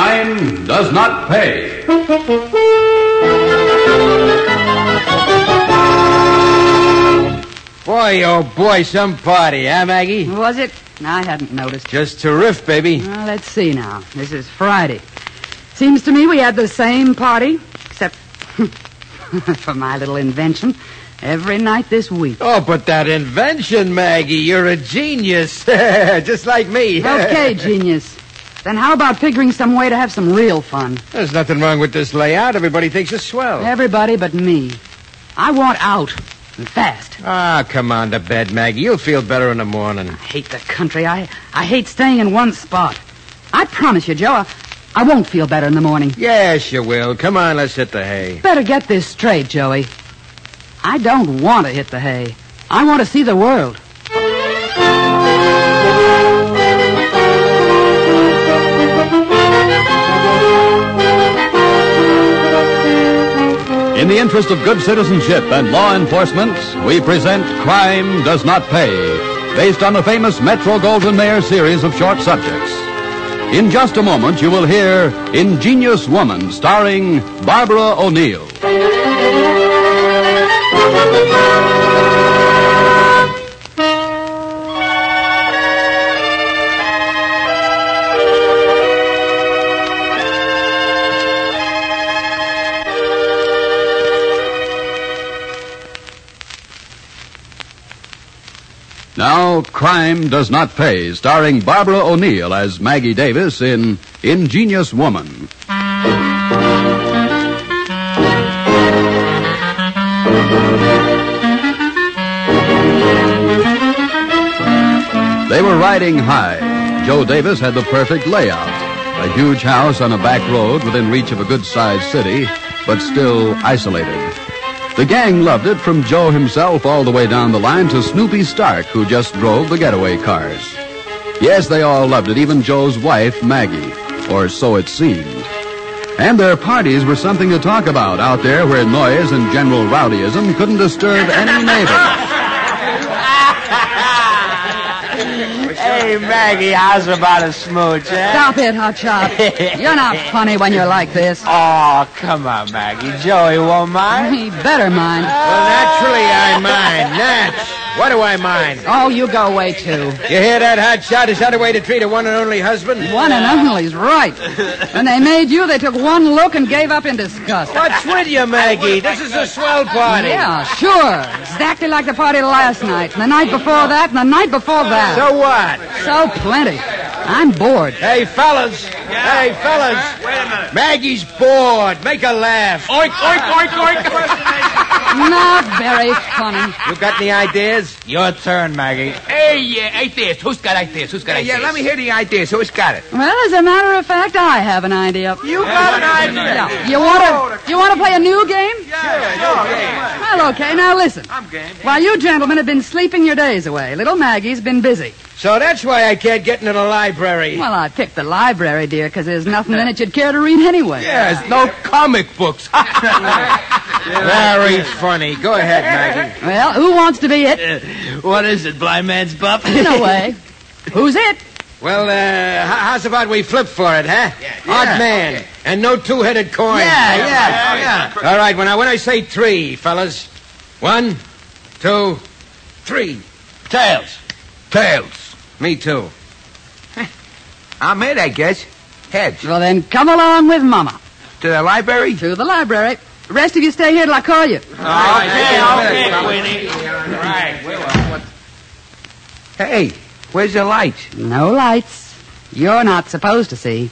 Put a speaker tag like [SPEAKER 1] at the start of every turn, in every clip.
[SPEAKER 1] Fine does not pay.
[SPEAKER 2] Boy, oh boy, some party, huh, Maggie?
[SPEAKER 3] Was it? I hadn't noticed.
[SPEAKER 2] Just terrific, baby.
[SPEAKER 3] Well, let's see now. This is Friday. Seems to me we had the same party, except for my little invention, every night this week.
[SPEAKER 2] Oh, but that invention, Maggie, you're a genius. Just like me.
[SPEAKER 3] Okay, genius. Then how about figuring some way to have some real fun?
[SPEAKER 2] There's nothing wrong with this layout. Everybody thinks it's swell.
[SPEAKER 3] Everybody but me. I want out. And fast.
[SPEAKER 2] Ah, come on to bed, Maggie. You'll feel better in the morning.
[SPEAKER 3] I hate the country. I, I hate staying in one spot. I promise you, Joe, I, I won't feel better in the morning.
[SPEAKER 2] Yes, you will. Come on, let's hit the hay.
[SPEAKER 3] Better get this straight, Joey. I don't want to hit the hay. I want to see the world.
[SPEAKER 1] In the interest of good citizenship and law enforcement, we present Crime Does Not Pay, based on the famous Metro Goldwyn Mayer series of short subjects. In just a moment, you will hear Ingenious Woman, starring Barbara O'Neill. Now, Crime Does Not Pay, starring Barbara O'Neill as Maggie Davis in Ingenious Woman. They were riding high. Joe Davis had the perfect layout a huge house on a back road within reach of a good sized city, but still isolated. The gang loved it from Joe himself all the way down the line to Snoopy Stark, who just drove the getaway cars. Yes, they all loved it, even Joe's wife, Maggie, or so it seemed. And their parties were something to talk about out there where noise and general rowdyism couldn't disturb any neighbor.
[SPEAKER 2] Hey, Maggie, how's about a smooch, eh?
[SPEAKER 3] Stop it, Hotshot. You're not funny when you're like this.
[SPEAKER 4] Oh, come on, Maggie. Joey won't mind.
[SPEAKER 3] He better mind.
[SPEAKER 2] Well, naturally I mind. Natch. What do I mind?
[SPEAKER 3] Oh, you go away, too.
[SPEAKER 2] You hear that hot shot? Is that a way to treat a one and only husband?
[SPEAKER 3] One and only's right. When they made you, they took one look and gave up in disgust.
[SPEAKER 2] What's with you, Maggie? This is a swell party.
[SPEAKER 3] Yeah, sure. Exactly like the party last night, and the night before that, and the night before that.
[SPEAKER 2] So what?
[SPEAKER 3] So plenty. I'm bored.
[SPEAKER 2] Hey, fellas. Hey, fellas. Wait a minute. Maggie's bored. Make her laugh.
[SPEAKER 4] Oink, oink, oink, oink.
[SPEAKER 3] Not very funny.
[SPEAKER 2] You got any ideas?
[SPEAKER 4] Your turn, Maggie.
[SPEAKER 5] Hey, yeah, ideas. Who's got ideas? Who's got ideas?
[SPEAKER 4] hear the ideas. Who's got it?
[SPEAKER 3] Well, as a matter of fact, I have an idea.
[SPEAKER 4] You got an idea.
[SPEAKER 3] Yeah. You want to? You want to play a new game? Well, okay. Now listen. I'm game. While you gentlemen have been sleeping your days away, little Maggie's been busy.
[SPEAKER 2] So that's why I can't get into the library.
[SPEAKER 3] Well, I picked the library, dear, because there's nothing in it you'd care to read anyway.
[SPEAKER 5] There's no comic books.
[SPEAKER 2] Very funny. Go ahead, Maggie.
[SPEAKER 3] Well, who wants to be it?
[SPEAKER 5] what is it, blind man's buff?
[SPEAKER 3] In a way. Who's it?
[SPEAKER 2] Well, uh, h- how's about we flip for it, huh? Odd man. And no two-headed coin.
[SPEAKER 3] Yeah, yeah.
[SPEAKER 2] All right, when I, when I say three, fellas. One, two, three.
[SPEAKER 5] Tails.
[SPEAKER 2] Tails. Me too.
[SPEAKER 4] I'm it, I guess. Heads.
[SPEAKER 3] Well, then come along with Mama
[SPEAKER 4] To the library? Uh,
[SPEAKER 3] to the library. Rest of you stay here till I call you.
[SPEAKER 4] Okay, okay. Hey, where's the lights?
[SPEAKER 3] No lights. You're not supposed to see,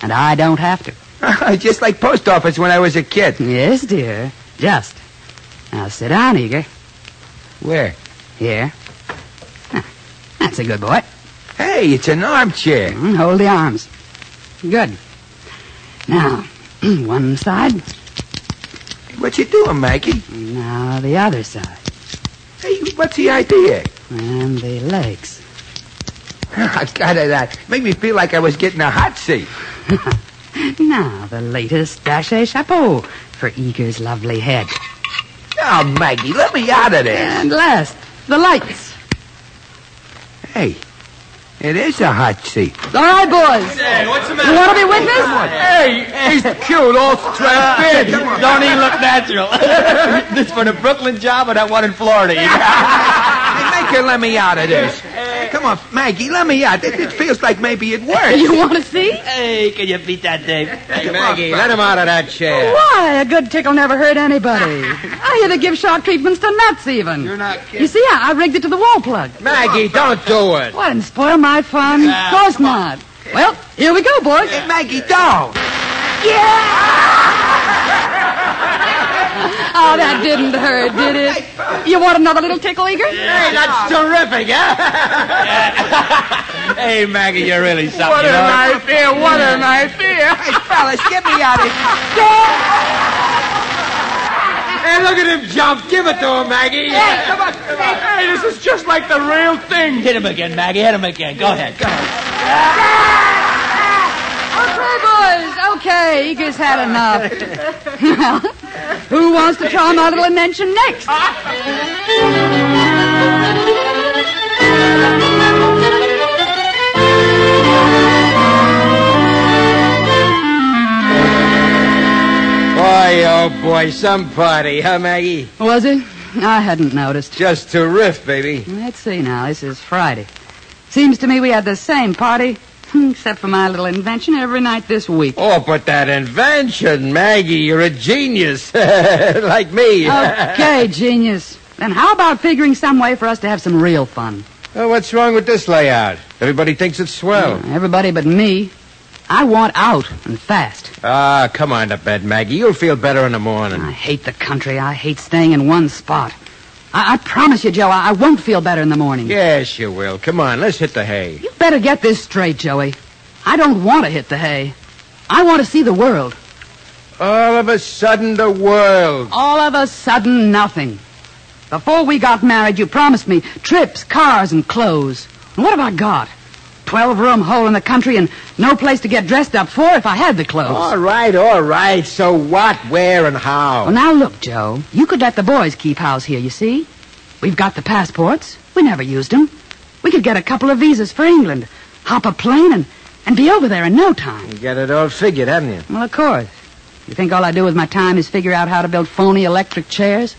[SPEAKER 3] and I don't have to.
[SPEAKER 4] Just like post office when I was a kid.
[SPEAKER 3] Yes, dear. Just. Now sit down, Eager.
[SPEAKER 4] Where?
[SPEAKER 3] Here. Huh. That's a good boy.
[SPEAKER 4] Hey, it's an armchair.
[SPEAKER 3] Mm, Hold the arms. Good. Now, one side.
[SPEAKER 4] What you doing, Maggie?
[SPEAKER 3] Now the other side.
[SPEAKER 4] Hey, what's the idea?
[SPEAKER 3] And the legs.
[SPEAKER 4] I got it out. Make me feel like I was getting a hot seat.
[SPEAKER 3] Now the latest dache chapeau for Eager's lovely head.
[SPEAKER 4] Oh, Maggie, let me out of there.
[SPEAKER 3] And last, the lights.
[SPEAKER 4] Hey,
[SPEAKER 6] It is a hot seat.
[SPEAKER 3] All right, boys.
[SPEAKER 7] Hey, what's the
[SPEAKER 3] You want to be witness?
[SPEAKER 2] Hey, he's cute, all strapped in.
[SPEAKER 7] Don't even look natural. this for the Brooklyn job or that one in Florida?
[SPEAKER 6] Hey, make her let me out of this. Come on, Maggie, let me out. It, it feels like maybe it works.
[SPEAKER 3] You want to see?
[SPEAKER 7] hey, can you beat that, Dave?
[SPEAKER 2] Hey, Maggie, let him out of that chair.
[SPEAKER 3] Why? A good tickle never hurt anybody. I hear they give shock treatments to nuts, even. You're not kidding. You see, I, I rigged it to the wall plug.
[SPEAKER 2] Maggie, don't do it.
[SPEAKER 3] What, and spoil my fun? of course not. Well, here we go, boys.
[SPEAKER 6] Hey, Maggie, don't.
[SPEAKER 3] Oh, that didn't hurt, did it? You want another little tickle, Eager?
[SPEAKER 2] Hey, that's terrific, huh?
[SPEAKER 7] Hey, Maggie, you're really something.
[SPEAKER 2] What
[SPEAKER 7] you
[SPEAKER 2] an
[SPEAKER 7] know?
[SPEAKER 2] idea, what an idea.
[SPEAKER 6] Hey, fellas, get me out of here.
[SPEAKER 2] Hey, look at him jump. Give it to him, Maggie. Hey, come on, come on. Hey, this is just like the real thing.
[SPEAKER 7] Hit him again, Maggie. Hit him again. Go ahead.
[SPEAKER 3] Okay, boys. Okay, Eager's had enough. Well, who wants to try my little invention next?
[SPEAKER 2] Boy, oh boy, some party, huh, Maggie?
[SPEAKER 3] Was it? I hadn't noticed.
[SPEAKER 2] Just terrific, baby.
[SPEAKER 3] Let's see now. This is Friday. Seems to me we had the same party, except for my little invention, every night this week.
[SPEAKER 2] Oh, but that invention, Maggie, you're a genius. like me.
[SPEAKER 3] Oh. Okay, genius. Then how about figuring some way for us to have some real fun?
[SPEAKER 2] Oh, what's wrong with this layout? Everybody thinks it's
[SPEAKER 3] Mm.
[SPEAKER 2] swell.
[SPEAKER 3] Everybody but me. I want out and fast.
[SPEAKER 2] Ah, come on to bed, Maggie. You'll feel better in the morning.
[SPEAKER 3] I hate the country. I hate staying in one spot. I, I promise you, Joe, I-, I won't feel better in the morning.
[SPEAKER 2] Yes, you will. Come on, let's hit the hay.
[SPEAKER 3] You better get this straight, Joey. I don't want to hit the hay. I want to see the world.
[SPEAKER 2] All of a sudden, the world.
[SPEAKER 3] All of a sudden, nothing. Before we got married, you promised me trips, cars, and clothes. And what have I got? Twelve room hole in the country and no place to get dressed up for if I had the clothes.
[SPEAKER 2] All right, all right. So what, where, and
[SPEAKER 3] Well,
[SPEAKER 2] how?
[SPEAKER 3] now look, Joe. You could let the boys keep house here, you see? We've got the passports. We never used them. We could get a couple of visas for England, hop a plane, and, and be over there in no time.
[SPEAKER 2] You got it all figured, haven't you?
[SPEAKER 3] Well, of course. You think all I do with my time is figure out how to build phony electric chairs?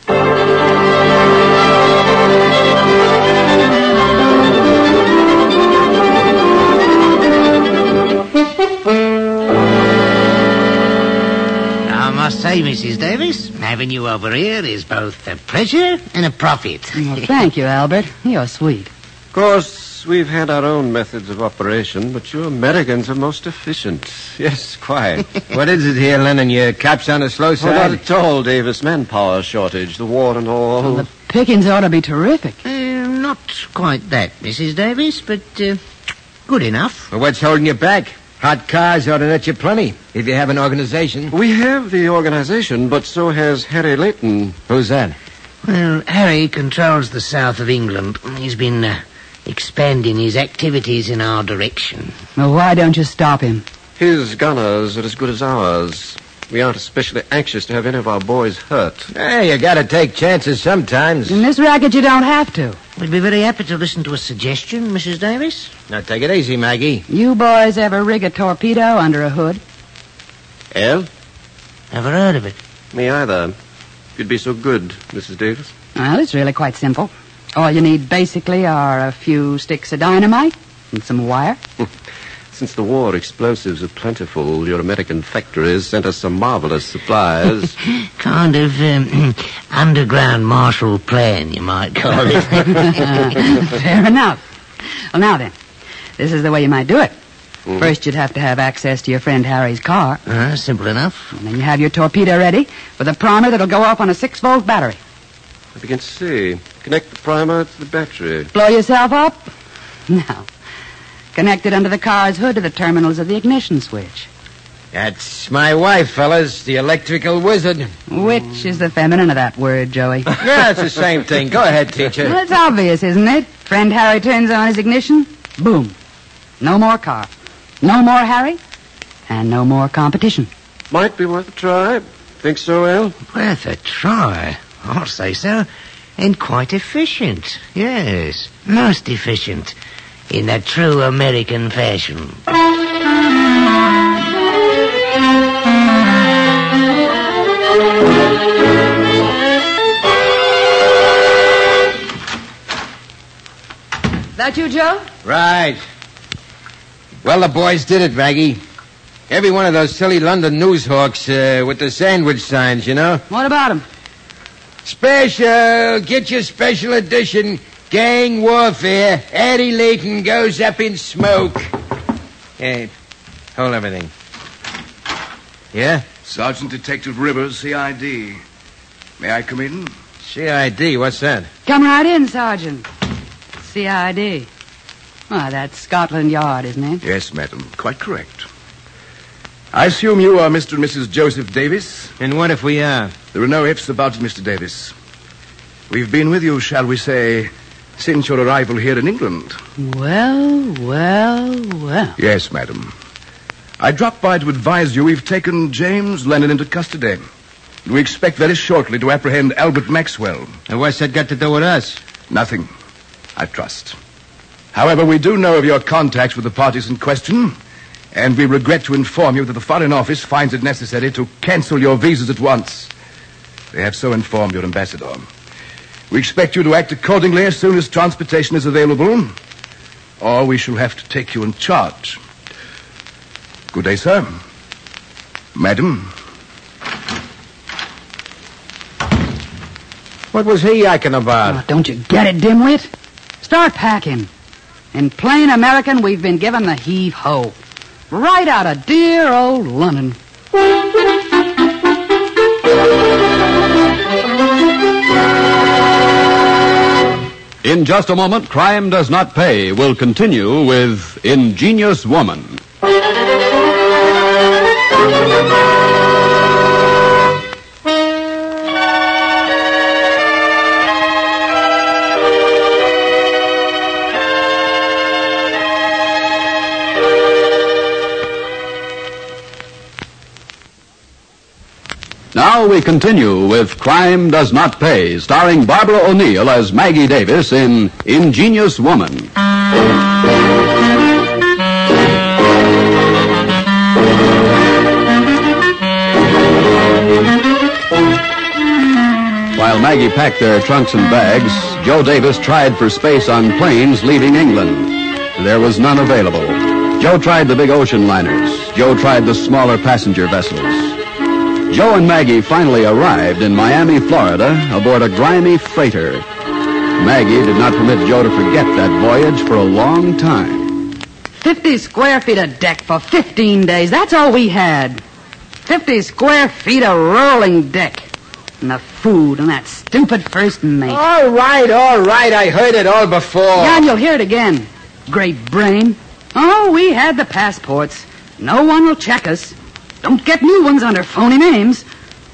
[SPEAKER 8] I must say, Mrs. Davis, having you over here is both a pleasure and a profit.
[SPEAKER 3] Well, thank you, Albert. You're sweet.
[SPEAKER 1] Of course, we've had our own methods of operation, but you Americans are most efficient. Yes, quite.
[SPEAKER 2] what is it here, Lennon? Your cap's on the slow
[SPEAKER 1] oh, not
[SPEAKER 2] side?
[SPEAKER 1] at all, Davis. Manpower shortage, the war and all.
[SPEAKER 3] The pickings ought to be terrific.
[SPEAKER 8] Uh, not quite that, Mrs. Davis, but uh, good enough.
[SPEAKER 2] Well, what's holding you back? Hot cars ought to net you plenty if you have an organization.
[SPEAKER 1] We have the organization, but so has Harry Layton.
[SPEAKER 2] Who's that?
[SPEAKER 8] Well, Harry controls the south of England. He's been uh, expanding his activities in our direction.
[SPEAKER 3] Well, why don't you stop him?
[SPEAKER 1] His gunners are as good as ours. We aren't especially anxious to have any of our boys hurt.
[SPEAKER 2] Hey, you gotta take chances sometimes.
[SPEAKER 3] In this racket, you don't have to.
[SPEAKER 8] We'd be very happy to listen to a suggestion, Mrs. Davis.
[SPEAKER 2] Now take it easy, Maggie.
[SPEAKER 3] You boys ever rig a torpedo under a hood?
[SPEAKER 1] El?
[SPEAKER 8] Never heard of it.
[SPEAKER 1] Me either. If you'd be so good, Mrs. Davis.
[SPEAKER 3] Well, it's really quite simple. All you need basically are a few sticks of dynamite and some wire.
[SPEAKER 1] Since the war, explosives are plentiful. Your American factories sent us some marvelous supplies.
[SPEAKER 8] Kind of um, underground Marshall plan, you might call it.
[SPEAKER 3] Ah, Fair enough. Well, now then, this is the way you might do it. First, you'd have to have access to your friend Harry's car,
[SPEAKER 8] uh, simple enough.
[SPEAKER 3] and then you have your torpedo ready with a primer that'll go off on a six volt battery.
[SPEAKER 1] If you can see, connect the primer to the battery.
[SPEAKER 3] Blow yourself up? No. Connect it under the car's hood to the terminals of the ignition switch,
[SPEAKER 2] That's my wife, fellas, the electrical wizard.
[SPEAKER 3] which is the feminine of that word, Joey.
[SPEAKER 2] Yeah, it's the same thing. Go ahead, teacher.
[SPEAKER 3] Well, it's obvious, isn't it? Friend Harry turns on his ignition. Boom. No more car. No more Harry. And no more competition.
[SPEAKER 1] Might be worth a try. Think so, Al?
[SPEAKER 8] Worth a try. I'll say so. And quite efficient. Yes, most efficient. in a true American fashion.
[SPEAKER 3] That you, Joe?
[SPEAKER 2] Right. Well, the boys did it, Maggie. Every one of those silly London newshawks uh, with the sandwich signs, you know.
[SPEAKER 3] What about him?
[SPEAKER 2] Special, get your special edition. Gang warfare. Addie Layton goes up in smoke. Hey, hold everything. Yeah?
[SPEAKER 1] Sergeant Detective Rivers, CID. May I come in?
[SPEAKER 2] CID, what's that?
[SPEAKER 3] Come right in, Sergeant. CID. Why, that's Scotland Yard, isn't it?
[SPEAKER 1] Yes, madam. Quite correct. I assume you are Mr. and Mrs. Joseph Davis.
[SPEAKER 2] And what if we uh, are?
[SPEAKER 1] There are no ifs about it, Mr. Davis. We've been with you, shall we say, since your arrival here in England.
[SPEAKER 3] Well, well, well.
[SPEAKER 1] Yes, madam. I dropped by to advise you we've taken James Lennon into custody. We expect very shortly to apprehend Albert Maxwell.
[SPEAKER 2] And what's that got to do with us?
[SPEAKER 1] Nothing, I trust. However, we do know of your contacts with the parties in question, and we regret to inform you that the Foreign Office finds it necessary to cancel your visas at once. They have so informed your ambassador. We expect you to act accordingly as soon as transportation is available, or we shall have to take you in charge. Good day, sir. Madam.
[SPEAKER 2] What was he yakking about?
[SPEAKER 3] Oh, don't you get it, dimwit? Start packing. In plain American, we've been given the heave ho. Right out of dear old London.
[SPEAKER 9] In just a moment, Crime Does Not Pay will continue with Ingenious Woman. Now we continue with Crime Does Not Pay, starring Barbara O'Neill as Maggie Davis in Ingenious Woman. While Maggie packed their trunks and bags, Joe Davis tried for space on planes leaving England. There was none available. Joe tried the big ocean liners. Joe tried the smaller passenger vessels. Joe and Maggie finally arrived in Miami, Florida, aboard a grimy freighter. Maggie did not permit Joe to forget that voyage for a long time.
[SPEAKER 3] 50 square feet of deck for 15 days. That's all we had. 50 square feet of rolling deck. And the food and that stupid first mate.
[SPEAKER 2] All right, all right. I heard it all before.
[SPEAKER 3] Yeah, and you'll hear it again. Great brain. Oh, we had the passports. No one will check us. Don't get new ones under phony names.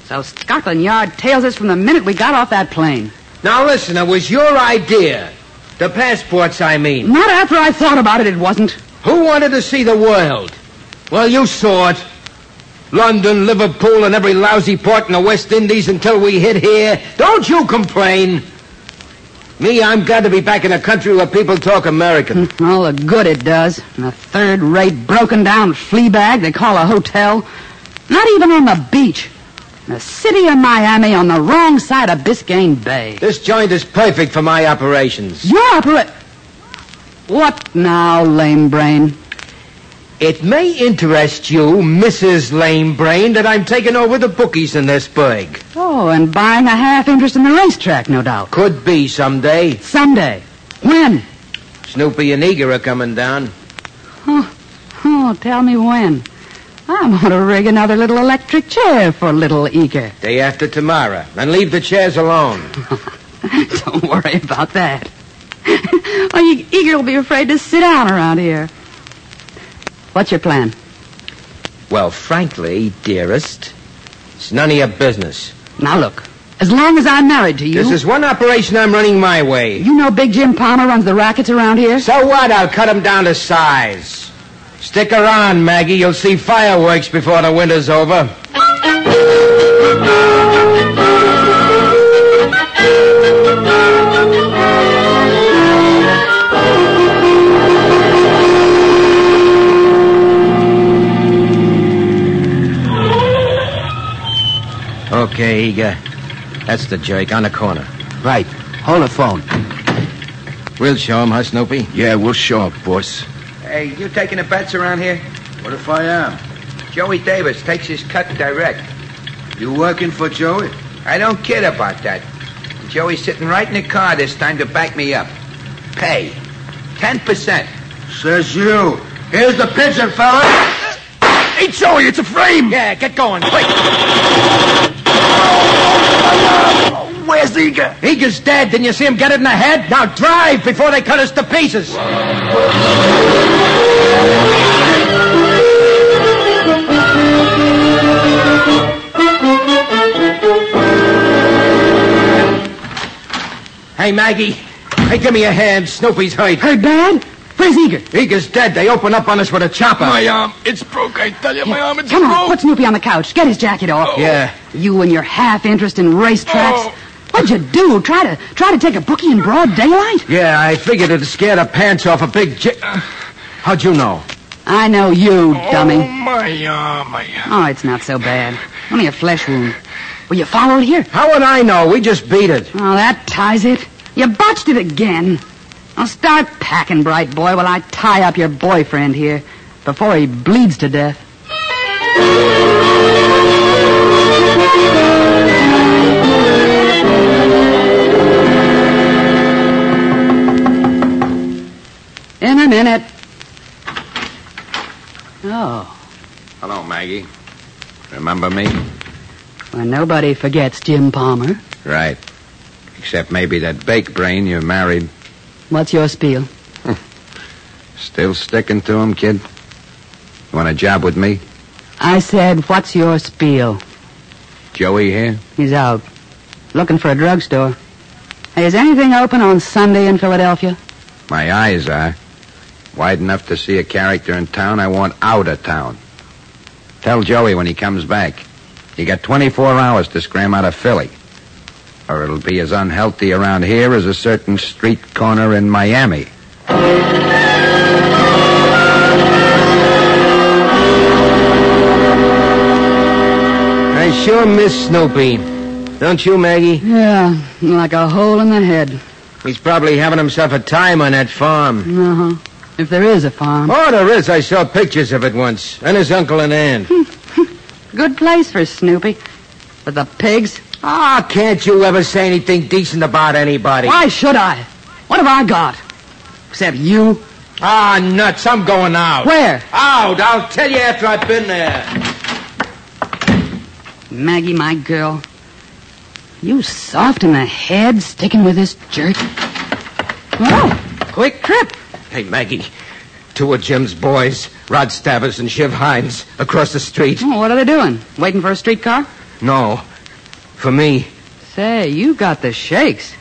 [SPEAKER 3] So Scotland Yard tails us from the minute we got off that plane.
[SPEAKER 2] Now listen, it was your idea. The passports, I mean.
[SPEAKER 3] Not after I thought about it, it wasn't.
[SPEAKER 2] Who wanted to see the world? Well, you saw it. London, Liverpool, and every lousy port in the West Indies until we hit here. Don't you complain. Me, I'm glad to be back in a country where people talk American.
[SPEAKER 3] All the good it does. And a third-rate, broken-down flea bag they call a hotel. Not even on the beach. The city of Miami on the wrong side of Biscayne Bay.
[SPEAKER 2] this joint is perfect for my operations.
[SPEAKER 3] Your opera... What now, lame brain?
[SPEAKER 2] It may interest you, Mrs. Lamebrain, that I'm taking over the bookies in this burg.
[SPEAKER 3] Oh, and buying a half interest in the racetrack, no doubt.
[SPEAKER 2] Could be someday.
[SPEAKER 3] Someday. When?
[SPEAKER 2] Snoopy and Eager are coming down.
[SPEAKER 3] Oh, oh, tell me when. I'm going to rig another little electric chair for little Eager.
[SPEAKER 2] Day after tomorrow. And leave the chairs alone.
[SPEAKER 3] Don't worry about that. well, you, Eager will be afraid to sit down around here. What's your plan?
[SPEAKER 2] Well, frankly, dearest, it's none of your business.
[SPEAKER 3] Now look, as long as I'm married to you,
[SPEAKER 2] This is one operation I'm running my way.
[SPEAKER 3] you know Big Jim Palmer runs the rackets around here.
[SPEAKER 2] So what? I'll cut them down to size. Stick around, Maggie. You'll see fireworks before the winter's over.
[SPEAKER 10] Caiga. That's the jerk on the corner.
[SPEAKER 11] Right. Hold the phone.
[SPEAKER 10] We'll show him, huh, Snoopy?
[SPEAKER 11] Yeah, we'll show up, boss.
[SPEAKER 4] Hey, you taking the bets around here?
[SPEAKER 12] What if I am?
[SPEAKER 4] Joey Davis takes his cut direct.
[SPEAKER 12] You working for Joey?
[SPEAKER 4] I don't kid about that. Joey's sitting right in the car this time to back me up. Pay. Ten percent.
[SPEAKER 12] Says you. Here's the pigeon, fella.
[SPEAKER 1] Hey, Joey, it's a frame.
[SPEAKER 4] Yeah, get going, quick.
[SPEAKER 1] Where's Eager?
[SPEAKER 2] Eager's dead. Didn't you see him get it in the head? Now drive before they cut us to pieces. Hey, Maggie. Hey, give me a hand. Snoopy's hurt.
[SPEAKER 3] Her dad? Where's Eager?
[SPEAKER 2] Eager's dead. They open up on us with a chopper.
[SPEAKER 5] My arm, it's broke, I tell you. My arm, it's
[SPEAKER 3] Come
[SPEAKER 5] broke.
[SPEAKER 3] on, put Snoopy on the couch. Get his jacket off.
[SPEAKER 2] Oh. Yeah. Oh.
[SPEAKER 3] You and your half interest in racetracks. What'd you do? Try to try to take a bookie in broad daylight?
[SPEAKER 2] Yeah, I figured it'd scare the pants off a big j- How'd you know?
[SPEAKER 3] I know you,
[SPEAKER 5] Oh,
[SPEAKER 3] dummy.
[SPEAKER 5] my arm, my uh. arm.
[SPEAKER 3] Oh, it's not so bad. Only a flesh wound. Will you follow it here?
[SPEAKER 2] How would I know? We just beat it.
[SPEAKER 3] Oh, that ties it. You botched it again. Now start packing, bright boy, while I tie up your boyfriend here before he bleeds to death. In a minute. Oh,
[SPEAKER 10] Hello, Maggie. Remember me?
[SPEAKER 3] well, nobody forgets Jim Palmer.
[SPEAKER 10] Right. Except maybe that bake brain you married.
[SPEAKER 3] What's your spiel?
[SPEAKER 10] Still sticking to him, kid? Want a job with me?
[SPEAKER 3] I said, what's your spiel?
[SPEAKER 10] Joey here?
[SPEAKER 3] He's out. Looking for a drugstore. Hey, is anything open on Sunday in Philadelphia?
[SPEAKER 10] My eyes are wide enough to see a character in town I want out of town. Tell Joey when he comes back. You got 24 hours to scram out of Philly. Or it'll be as unhealthy around here as a certain street corner in Miami.
[SPEAKER 2] I sure miss Snoopy. Don't you, Maggie?
[SPEAKER 3] Yeah, like a hole in the head.
[SPEAKER 2] He's probably having himself a time on that farm.
[SPEAKER 3] Uh huh. If there is a farm.
[SPEAKER 2] Oh, there is. I saw pictures of it once. And his uncle and aunt.
[SPEAKER 3] Good place for Snoopy. But the pigs?
[SPEAKER 2] Ah, can't you ever say anything decent about anybody?
[SPEAKER 3] Why should I? What have I got? Except you.
[SPEAKER 2] Ah, nuts. I'm going out.
[SPEAKER 3] Where?
[SPEAKER 2] Out. I'll tell you after I've been there.
[SPEAKER 3] Maggie, my girl. You soft in the head, sticking with this jerk. Oh, quick trip.
[SPEAKER 2] Hey, Maggie. Two of Jim's boys, Rod Stavis and Shiv Hines, across the street.
[SPEAKER 3] Oh, what are they doing? Waiting for a streetcar?
[SPEAKER 2] No. For me.
[SPEAKER 3] Say, you got the shakes.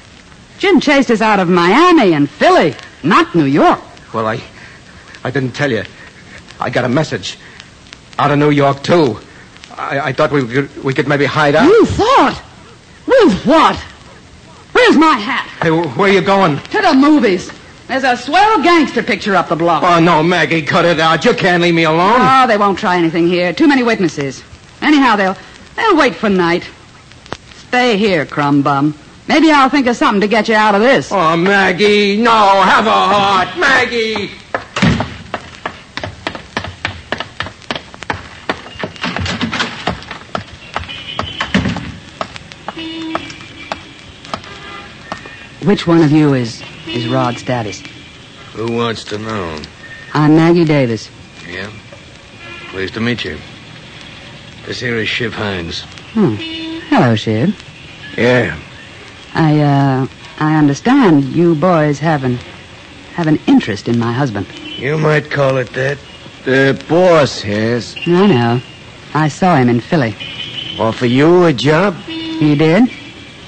[SPEAKER 3] Jim chased us out of Miami and Philly, not New York.
[SPEAKER 2] Well, I, I didn't tell you. I got a message out of New York too. I, I thought we could, we could maybe hide out.
[SPEAKER 3] You thought? With what? Where's my hat?
[SPEAKER 2] Hey, wh- where you going?
[SPEAKER 3] To the movies. There's a swell gangster picture up the block.
[SPEAKER 2] Oh no, Maggie, cut it out. You can't leave me alone.
[SPEAKER 11] Ah.
[SPEAKER 3] Oh, they won't try anything here. Too many witnesses. Anyhow, they'll they'll wait for night. Stay here, crumb bum. Maybe I'll think of something to get you out of this.
[SPEAKER 2] oh, Maggie, no, have a heart, Maggie.
[SPEAKER 3] Which one of you is is Rod Status?
[SPEAKER 11] Who wants to know?
[SPEAKER 3] I'm Maggie Davis.
[SPEAKER 11] Yeah? Pleased to meet you. This here is Shiv Hines.
[SPEAKER 3] Hmm. Hello, Shib.
[SPEAKER 11] Yeah.
[SPEAKER 3] I uh I understand you boys have an have an interest in my husband.
[SPEAKER 11] You might call it that.
[SPEAKER 10] The boss has
[SPEAKER 3] I know. I saw him in Philly.
[SPEAKER 10] offer you a job.
[SPEAKER 3] You did?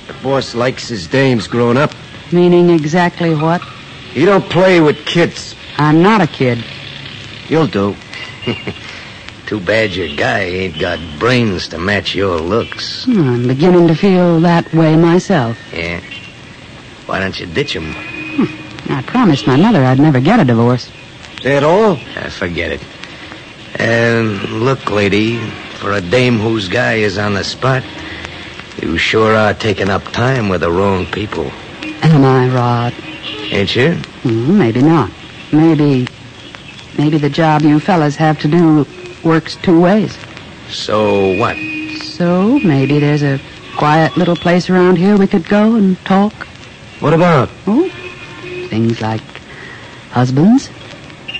[SPEAKER 10] The boss likes his dames grown up.
[SPEAKER 3] Meaning exactly what?
[SPEAKER 10] He don't play with kids.
[SPEAKER 3] I'm not a kid.
[SPEAKER 10] You'll do.
[SPEAKER 11] Too bad your guy ain't got brains to match your looks.
[SPEAKER 3] Hmm, I'm beginning to feel that way myself.
[SPEAKER 11] Yeah? Why don't you ditch him?
[SPEAKER 3] I promised my mother I'd never get a divorce.
[SPEAKER 10] At all?
[SPEAKER 11] Ah, forget it. Um, And look, lady, for a dame whose guy is on the spot,
[SPEAKER 8] You sure are taking up time with the wrong people,
[SPEAKER 3] Am I, Rod?
[SPEAKER 8] ain't you?
[SPEAKER 3] Mm, maybe not. Maybe. Maybe the job you fellas have to do works two ways.
[SPEAKER 8] So what?
[SPEAKER 3] So maybe there's a quiet little place around here we could go and talk.
[SPEAKER 8] What about?
[SPEAKER 3] Oh, things like husbands,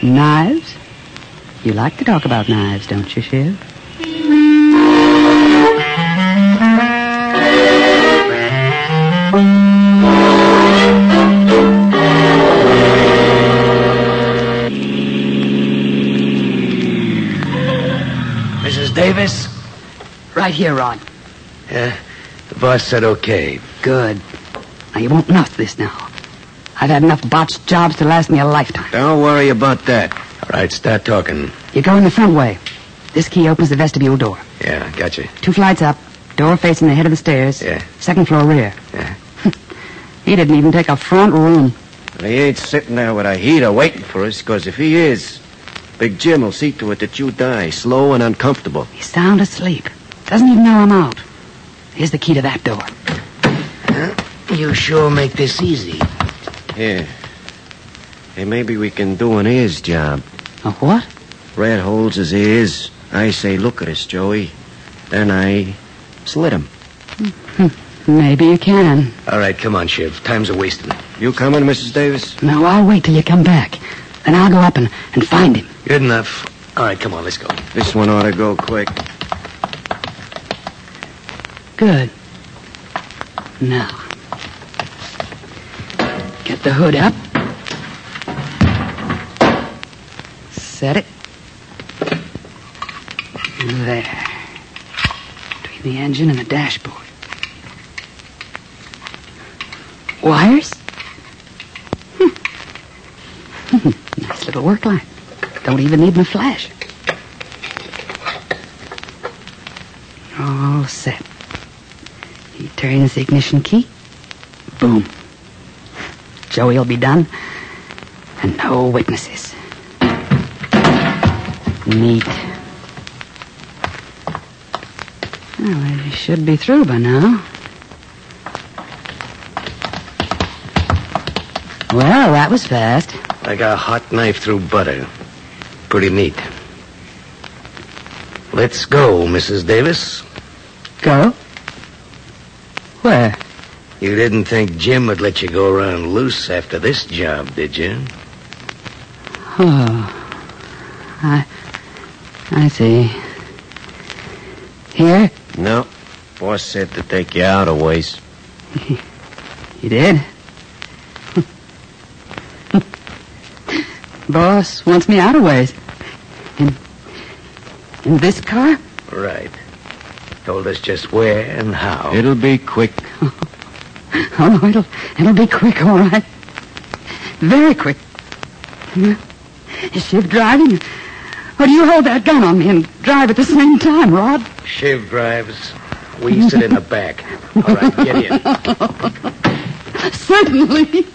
[SPEAKER 3] knives. You like to talk about knives, don't you, Shiv?
[SPEAKER 8] Mrs. Davis?
[SPEAKER 3] Right here, Rod.
[SPEAKER 8] Yeah. The boss said okay.
[SPEAKER 3] Good. Now, you won't nuff this now. I've had enough botched jobs to last me a lifetime.
[SPEAKER 8] Don't worry about that. All right, start talking.
[SPEAKER 3] You go in the front way. This key opens the vestibule door.
[SPEAKER 8] Yeah, gotcha.
[SPEAKER 3] Two flights up, door facing the head of the stairs.
[SPEAKER 8] Yeah.
[SPEAKER 3] Second floor rear.
[SPEAKER 8] Yeah.
[SPEAKER 3] he didn't even take a front room.
[SPEAKER 2] But he ain't sitting there with a heater waiting for us, 'cause if he is, Big Jim will see to it that you die slow and uncomfortable.
[SPEAKER 3] He's sound asleep. Doesn't even know I'm out. Here's the key to that door.
[SPEAKER 13] You sure make this easy.
[SPEAKER 2] Here. Hey, maybe we can do an ears job.
[SPEAKER 3] A what?
[SPEAKER 2] Red holds his ears. I say, look at us, Joey. Then I slit him.
[SPEAKER 3] Maybe you can.
[SPEAKER 8] All right, come on, Shiv. Time's a wasting.
[SPEAKER 2] You coming, Mrs. Davis?
[SPEAKER 3] No, I'll wait till you come back. Then I'll go up and, and find him.
[SPEAKER 8] Good enough. All right, come on, let's go.
[SPEAKER 2] This one ought to go quick.
[SPEAKER 3] Good. Now. Get the hood up. Set it. There. Between the engine and the dashboard. Wires? Hmm. nice little work line. Don't even need my flash. All set. He turns the ignition key. Boom. Joey'll be done. And no witnesses. Neat. Well, he should be through by now. Well, that was fast.
[SPEAKER 8] Like a hot knife through butter. Pretty neat. Let's go, Mrs. Davis.
[SPEAKER 3] Go? Where?
[SPEAKER 8] You didn't think Jim would let you go around loose after this job, did you?
[SPEAKER 3] Oh. I. I see. Here?
[SPEAKER 2] No. Boss said to take you out a ways.
[SPEAKER 3] You did? Boss wants me out of ways. In, in this car?
[SPEAKER 8] Right. Told us just where and how.
[SPEAKER 2] It'll be quick.
[SPEAKER 3] Oh, it'll, it'll be quick, all right. Very quick. Yeah. Shiv driving? Or do you hold that gun on me and drive at the same time, Rod?
[SPEAKER 8] Shiv drives. We sit in the back. All right, get in.
[SPEAKER 3] Certainly.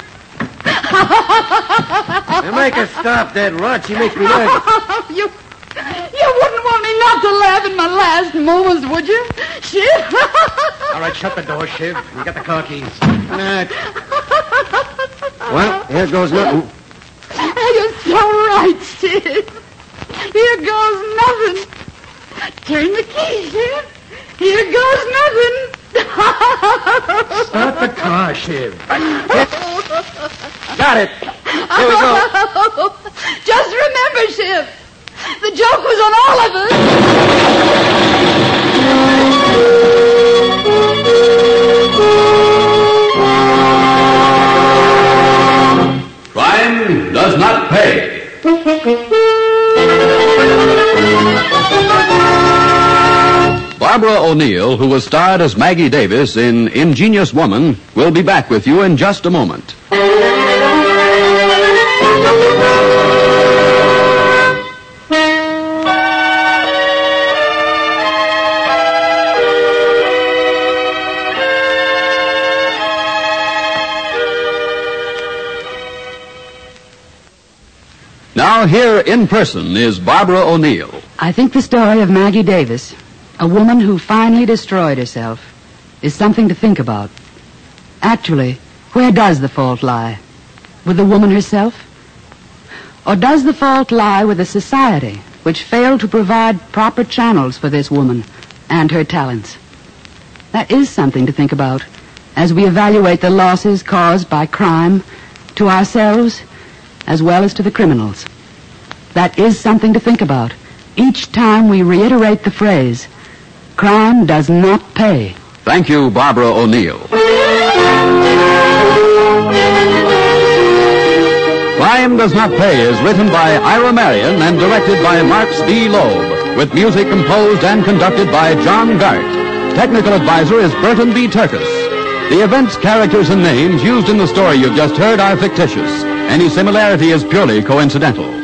[SPEAKER 2] Now make her stop that run. She makes me nervous.
[SPEAKER 3] oh, you, you wouldn't want me not to laugh in my last moments, would you? Shiv?
[SPEAKER 8] All right, shut the door, Shiv. We got the car keys.
[SPEAKER 2] Well, here goes nothing.
[SPEAKER 3] Oh, You're so right, Shiv. Here goes nothing. Turn the key, Shiv. Here goes nothing.
[SPEAKER 8] Start the car, Shiv.
[SPEAKER 2] Got it. Here we go.
[SPEAKER 3] Just remember, Shiv, the joke was on all of us.
[SPEAKER 9] Crime does not pay. Barbara O'Neill, who was starred as Maggie Davis in Ingenious Woman, will be back with you in just a moment. Now, here in person is Barbara O'Neill.
[SPEAKER 3] I think the story of Maggie Davis, a woman who finally destroyed herself, is something to think about. Actually, where does the fault lie? With the woman herself? Or does the fault lie with a society which failed to provide proper channels for this woman and her talents? That is something to think about as we evaluate the losses caused by crime to ourselves as well as to the criminals. That is something to think about each time we reiterate the phrase, crime does not pay.
[SPEAKER 9] Thank you, Barbara O'Neill. Crime Does Not Pay is written by Ira Marion and directed by Mark D. Loeb, with music composed and conducted by John Gart. Technical advisor is Burton B. Turkus. The events, characters, and names used in the story you've just heard are fictitious. Any similarity is purely coincidental.